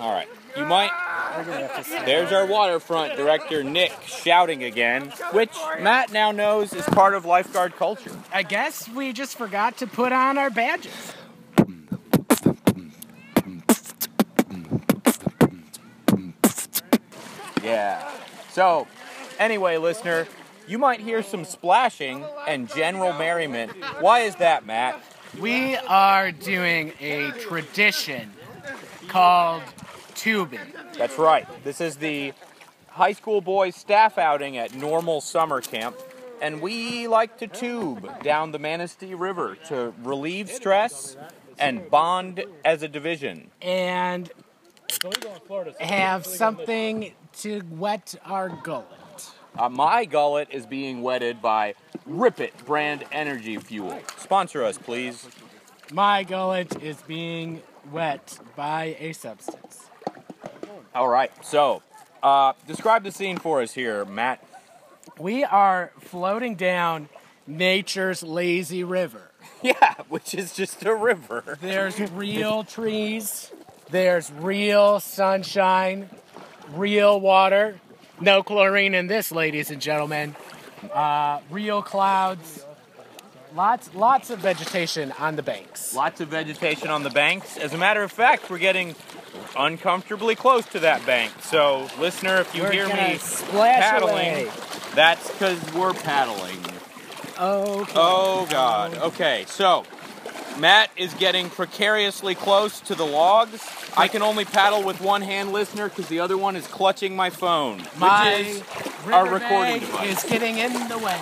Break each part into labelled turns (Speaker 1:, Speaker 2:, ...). Speaker 1: All right. You might. There's our waterfront director, Nick, shouting again, which Matt now knows is part of lifeguard culture.
Speaker 2: I guess we just forgot to put on our badges.
Speaker 1: Yeah. So, anyway, listener, you might hear some splashing and general merriment. Why is that, Matt?
Speaker 2: We are doing a tradition called tubing.
Speaker 1: That's right. This is the high school boys staff outing at normal summer camp. And we like to tube down the Manistee River to relieve stress and bond as a division.
Speaker 2: and have something to wet our gullet.
Speaker 1: Uh, my gullet is being wetted by Rip It brand energy fuel. Sponsor us, please.
Speaker 2: My gullet is being wet by a substance.
Speaker 1: All right. So, uh, describe the scene for us here, Matt.
Speaker 2: We are floating down nature's lazy river.
Speaker 1: Yeah, which is just a river.
Speaker 2: There's real trees, there's real sunshine, real water. No chlorine in this, ladies and gentlemen. Uh, real clouds. Lots, lots of vegetation on the banks.
Speaker 1: Lots of vegetation on the banks. As a matter of fact, we're getting uncomfortably close to that bank. So, listener, if you
Speaker 2: We're
Speaker 1: hear me
Speaker 2: gonna splash
Speaker 1: paddling,
Speaker 2: away.
Speaker 1: that's because we're paddling.
Speaker 2: Okay.
Speaker 1: Oh, God. Okay, so Matt is getting precariously close to the logs. I can only paddle with one hand, listener, because the other one is clutching my phone,
Speaker 2: My
Speaker 1: which is our recording
Speaker 2: riverbank
Speaker 1: device.
Speaker 2: is getting in the way.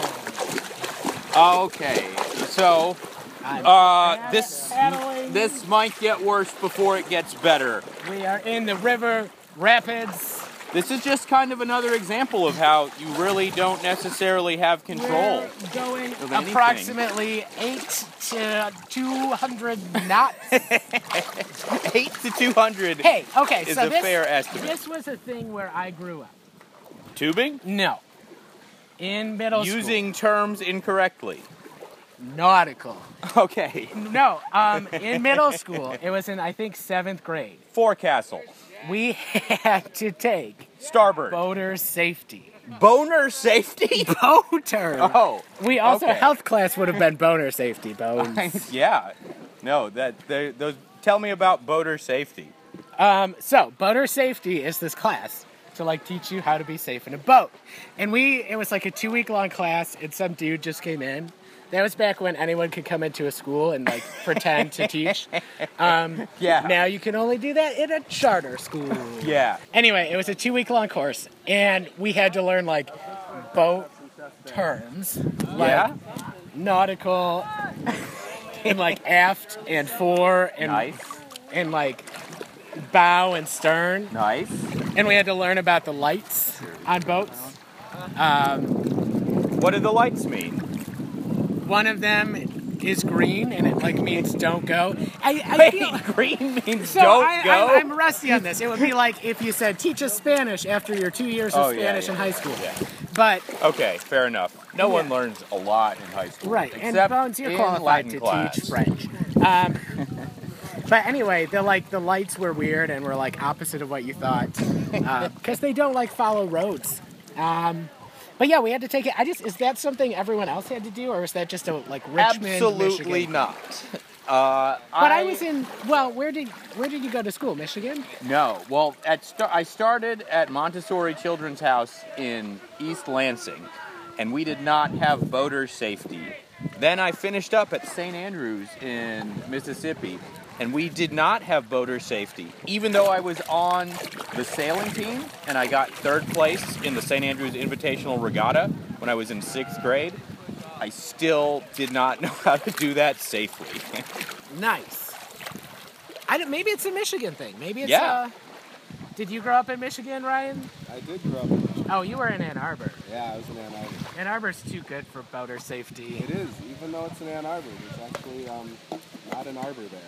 Speaker 1: Okay, so
Speaker 2: I'm
Speaker 1: uh, this
Speaker 2: paddling.
Speaker 1: this might get worse before it gets better.
Speaker 2: We are in the river rapids.
Speaker 1: This is just kind of another example of how you really don't necessarily have control.
Speaker 2: We're going
Speaker 1: Of anything.
Speaker 2: approximately eight to two hundred knots.
Speaker 1: Eight to two hundred
Speaker 2: hey, okay,
Speaker 1: is
Speaker 2: so
Speaker 1: a
Speaker 2: this,
Speaker 1: fair estimate.
Speaker 2: this was a thing where I grew up.
Speaker 1: Tubing?
Speaker 2: No. In middle
Speaker 1: Using terms incorrectly.
Speaker 2: school. Nautical.
Speaker 1: Okay.
Speaker 2: No, um, in middle school, it was in I think seventh grade.
Speaker 1: Forecastle.
Speaker 2: We had to take
Speaker 1: Starboard.
Speaker 2: boater safety.
Speaker 1: Boner safety.
Speaker 2: Boater.
Speaker 1: Oh.
Speaker 2: We also
Speaker 1: Okay.
Speaker 2: health class would have been boner safety bones.
Speaker 1: yeah. No, that they, those. Tell me about boater safety.
Speaker 2: um, so boater safety is this class to like teach you how to be safe in a boat, and we it was like a two week long class, and some dude just came in. That was back when anyone could come into a school and like pretend to teach. Um,
Speaker 1: Yeah.
Speaker 2: Now you can only do that in a charter school.
Speaker 1: Yeah.
Speaker 2: Anyway, it was a two week long course, and we had to learn like boat terms. Like,
Speaker 1: yeah.
Speaker 2: nautical and like aft and fore and
Speaker 1: Nice.
Speaker 2: and like bow and stern
Speaker 1: Nice.
Speaker 2: and we had to learn about the lights on boats
Speaker 1: What do the lights mean?
Speaker 2: one of them is green and it like means don't go i, I
Speaker 1: Wait,
Speaker 2: feel
Speaker 1: green means
Speaker 2: so
Speaker 1: don't
Speaker 2: I,
Speaker 1: go.
Speaker 2: I, am rusty on this. It would be like if you said, teach us Spanish after your two years of
Speaker 1: Oh, yeah,
Speaker 2: Spanish
Speaker 1: yeah,
Speaker 2: in high school.
Speaker 1: yeah.
Speaker 2: But
Speaker 1: Okay, fair enough. No one
Speaker 2: Yeah.
Speaker 1: learns a lot in high school.
Speaker 2: Right, and
Speaker 1: except
Speaker 2: Bones, you're
Speaker 1: in
Speaker 2: qualified
Speaker 1: Latin
Speaker 2: to
Speaker 1: class.
Speaker 2: teach French. Um, but anyway, the like the lights were weird and were like opposite of what you thought because they don't like follow roads. Um, but yeah, we had to take it. I just is that something everyone else had to do, or is that just a like Richmond?
Speaker 1: Absolutely
Speaker 2: Michigan?
Speaker 1: not. Uh,
Speaker 2: But I, was in. Well, where did where did you go to school? Michigan.
Speaker 1: No, well, at star- I started at Montessori Children's House in East Lansing, and we did not have boater safety. Then I finished up at St. Andrews in Mississippi, and we did not have boater safety, even though I was on the sailing team and I got third place in the St. Andrews Invitational Regatta when I was in sixth grade. I still did not know how to do that safely.
Speaker 2: Nice. I don't, maybe it's a Michigan thing. Maybe it's.
Speaker 1: Yeah.
Speaker 2: Uh, did you grow up in Michigan, Ryan?
Speaker 3: I did grow up. In,
Speaker 2: Oh, you were in Ann Arbor.
Speaker 3: yeah, I was in Ann Arbor.
Speaker 2: Ann Arbor's too good for boater safety.
Speaker 3: It is, even though it's in Ann Arbor, it's actually um, not an arbor there.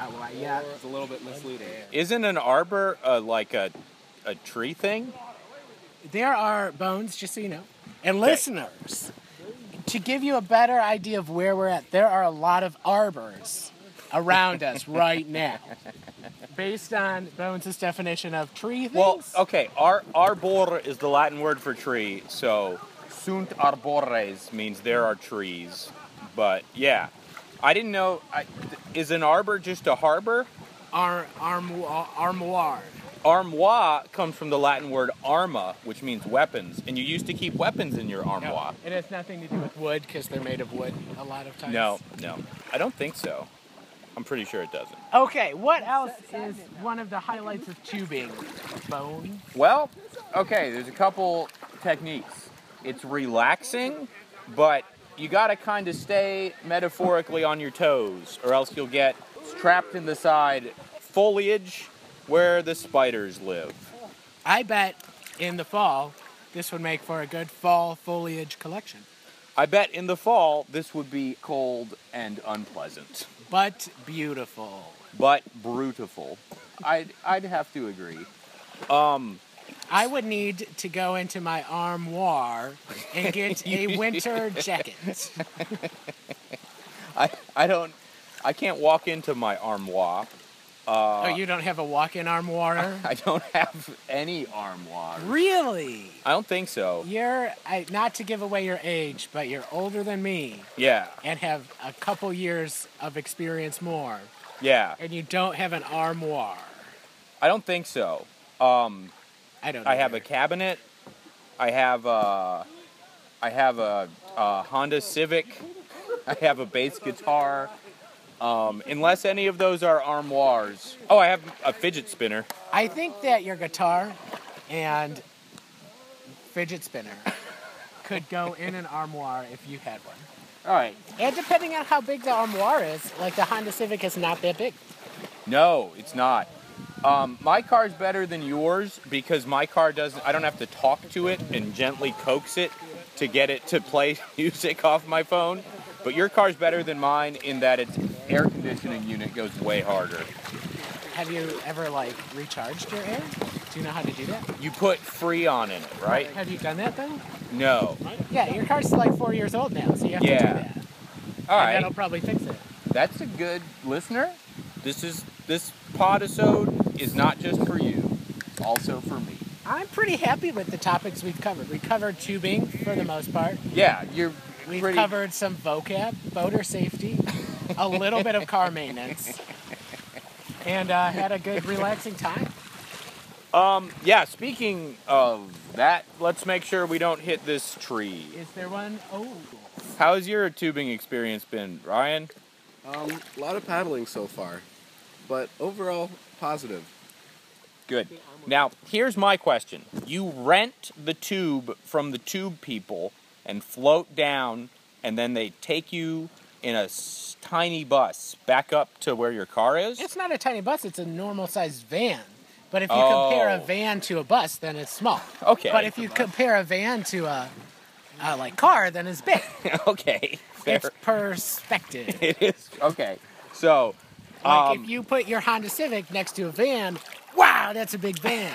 Speaker 2: Oh, well, yeah.
Speaker 3: It's a little bit misleading.
Speaker 1: Isn't an arbor uh, like a, a tree thing?
Speaker 2: There are bones, just so you know. And listeners, to give you a better idea of where we're at, there are a lot of arbors around us right now. based on Bones' definition of tree things.
Speaker 1: Well, okay, ar- arbor is the Latin word for tree, so sunt arbores means there are trees. But yeah, I didn't know. I, th- is an arbor just a harbor?
Speaker 2: Ar- armoire. armoire.
Speaker 1: Armoire comes from the Latin word arma, which means weapons, and you used to keep weapons in your
Speaker 2: No,
Speaker 1: armoire.
Speaker 2: It has nothing to do with wood because they're made of wood a lot of times.
Speaker 1: No, no, I don't think so. I'm pretty sure it doesn't.
Speaker 2: Okay, what else is one of the highlights of tubing? Bone.
Speaker 1: Well, okay, there's a couple techniques. It's relaxing, but you gotta kind of stay metaphorically on your toes, or else you'll get trapped in the side foliage where the spiders live.
Speaker 2: I bet in the fall this would make for a good fall foliage collection.
Speaker 1: I bet in the fall this would be cold and unpleasant,
Speaker 2: But beautiful.
Speaker 1: but brutiful. I'd, I'd have to agree.
Speaker 2: I would need to go into my armoire and get a winter jacket.
Speaker 1: Uh, I, I don't, I can't walk into my armoire.
Speaker 2: oh, you don't have a walk-in armoire?
Speaker 1: I don't have any armoire.
Speaker 2: really?
Speaker 1: I don't think so.
Speaker 2: You're I, not to give away your age, but you're older than me
Speaker 1: Yeah,
Speaker 2: and have a couple years of experience more,
Speaker 1: yeah.
Speaker 2: and you don't have an armoire.
Speaker 1: I don't think so.
Speaker 2: I don't.
Speaker 1: I have a
Speaker 2: either.
Speaker 1: cabinet. I have a, I have a, a Honda Civic. I have a bass guitar. Um, unless any of those are armoires. Oh, I have a fidget spinner.
Speaker 2: I think that your guitar and fidget spinner could go in an armoire if you had one.
Speaker 1: All right.
Speaker 2: And depending on how big the armoire is, like the Honda Civic is not that big.
Speaker 1: No, it's not. Um, my car's better than yours because my car doesn't. I don't have to talk to it and gently coax it to get it to play music off my phone. But your car's better than mine in that its air conditioning unit goes way harder.
Speaker 2: Have you ever like recharged your air? Do you know how to do that?
Speaker 1: You put Freon in it, right?
Speaker 2: Have you done that though?
Speaker 1: No.
Speaker 2: Yeah, your car's like four years old now, so you have
Speaker 1: Yeah.
Speaker 2: to do that.
Speaker 1: All
Speaker 2: And that'll
Speaker 1: right.
Speaker 2: probably fix it.
Speaker 1: That's a good listener. This is this podisode is not just for you, also for me.
Speaker 2: I'm pretty happy with the topics we've covered. We covered tubing for the most part.
Speaker 1: Yeah, you're
Speaker 2: We've
Speaker 1: pretty.
Speaker 2: covered some vocab, voter safety, a little bit of car maintenance, and uh, had a good relaxing time.
Speaker 1: yeah, speaking of that, let's make sure we don't hit this tree.
Speaker 2: Is there one? Oh,
Speaker 1: How's your tubing experience been, Ryan?
Speaker 3: Um, a lot of paddling so far, but overall positive.
Speaker 1: Good. Now, here's my question. You rent the tube from the tube people and float down, and then they take you in a s- tiny bus back up to where your car is?
Speaker 2: it's not a tiny bus; it's a normal sized van. But if you
Speaker 1: Oh.
Speaker 2: compare a van to a bus, then it's small.
Speaker 1: Okay.
Speaker 2: But if you compare a van to a, a like car, then it's big.
Speaker 1: okay. Fair.
Speaker 2: It's perspective.
Speaker 1: It is. Okay. So,
Speaker 2: Like
Speaker 1: Um,
Speaker 2: if you put your Honda Civic next to a van, wow, that's a big van.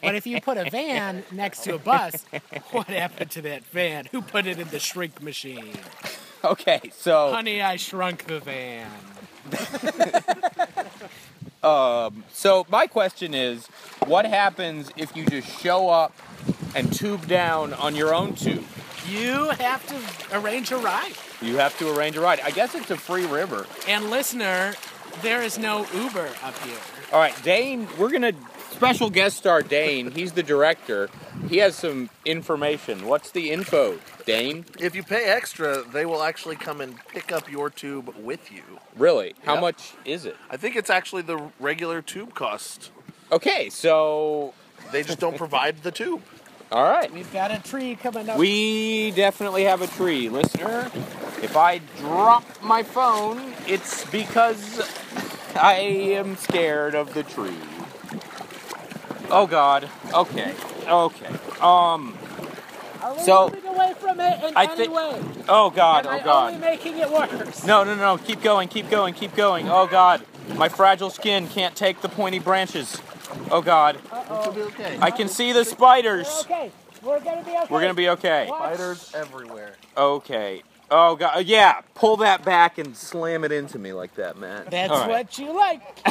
Speaker 2: but if you put a van next to a bus, what happened to that van? Who put it in the shrink machine?
Speaker 1: okay. So,
Speaker 2: Honey, I shrunk the van.
Speaker 1: So my question is, what happens if you just show up and tube down on your own tube?
Speaker 2: You have to arrange a ride.
Speaker 1: You have to arrange a ride. I guess it's a free river.
Speaker 2: And listener, there is no Uber up here.
Speaker 1: All right, Dane, we're gonna special guest star Dane. He's the director. He has some information. What's the info, Dane?
Speaker 4: If you pay extra, they will actually come and pick up your tube with you.
Speaker 1: Really? How
Speaker 4: Yeah.
Speaker 1: much is it?
Speaker 4: I think it's actually the regular tube cost.
Speaker 1: Okay, so
Speaker 4: They just don't provide the tube.
Speaker 1: all right.
Speaker 2: We've got a tree coming up.
Speaker 1: We definitely have a tree, listener. If I drop my phone, it's because I am scared of the tree. Oh God. Okay. Okay. Um.
Speaker 2: Are we
Speaker 1: so-
Speaker 2: moving away from it in
Speaker 1: I
Speaker 2: any
Speaker 1: thi-
Speaker 2: way?
Speaker 1: Oh God.
Speaker 2: Am
Speaker 1: Oh
Speaker 2: I
Speaker 1: God.
Speaker 2: only making it worse?
Speaker 1: No, no, no. Keep going. Keep going. Keep going. Oh God. My fragile skin can't take the pointy branches. Oh God.
Speaker 4: It'll be okay.
Speaker 1: I can see the spiders.
Speaker 2: We're okay. We're gonna be okay.
Speaker 1: We're gonna be okay.
Speaker 2: Watch.
Speaker 4: Spiders everywhere.
Speaker 1: Okay. Oh God. Yeah. Pull that back and slam it into me like that, man.
Speaker 2: That's
Speaker 1: All right.
Speaker 2: what you like.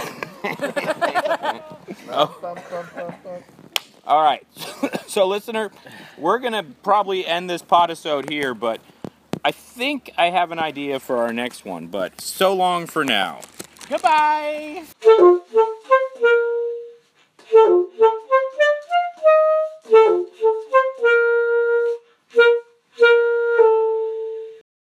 Speaker 1: All right. so, listener, we're going to probably end this podisode here, but I think I have an idea for our next one. But so long for now.
Speaker 2: Goodbye.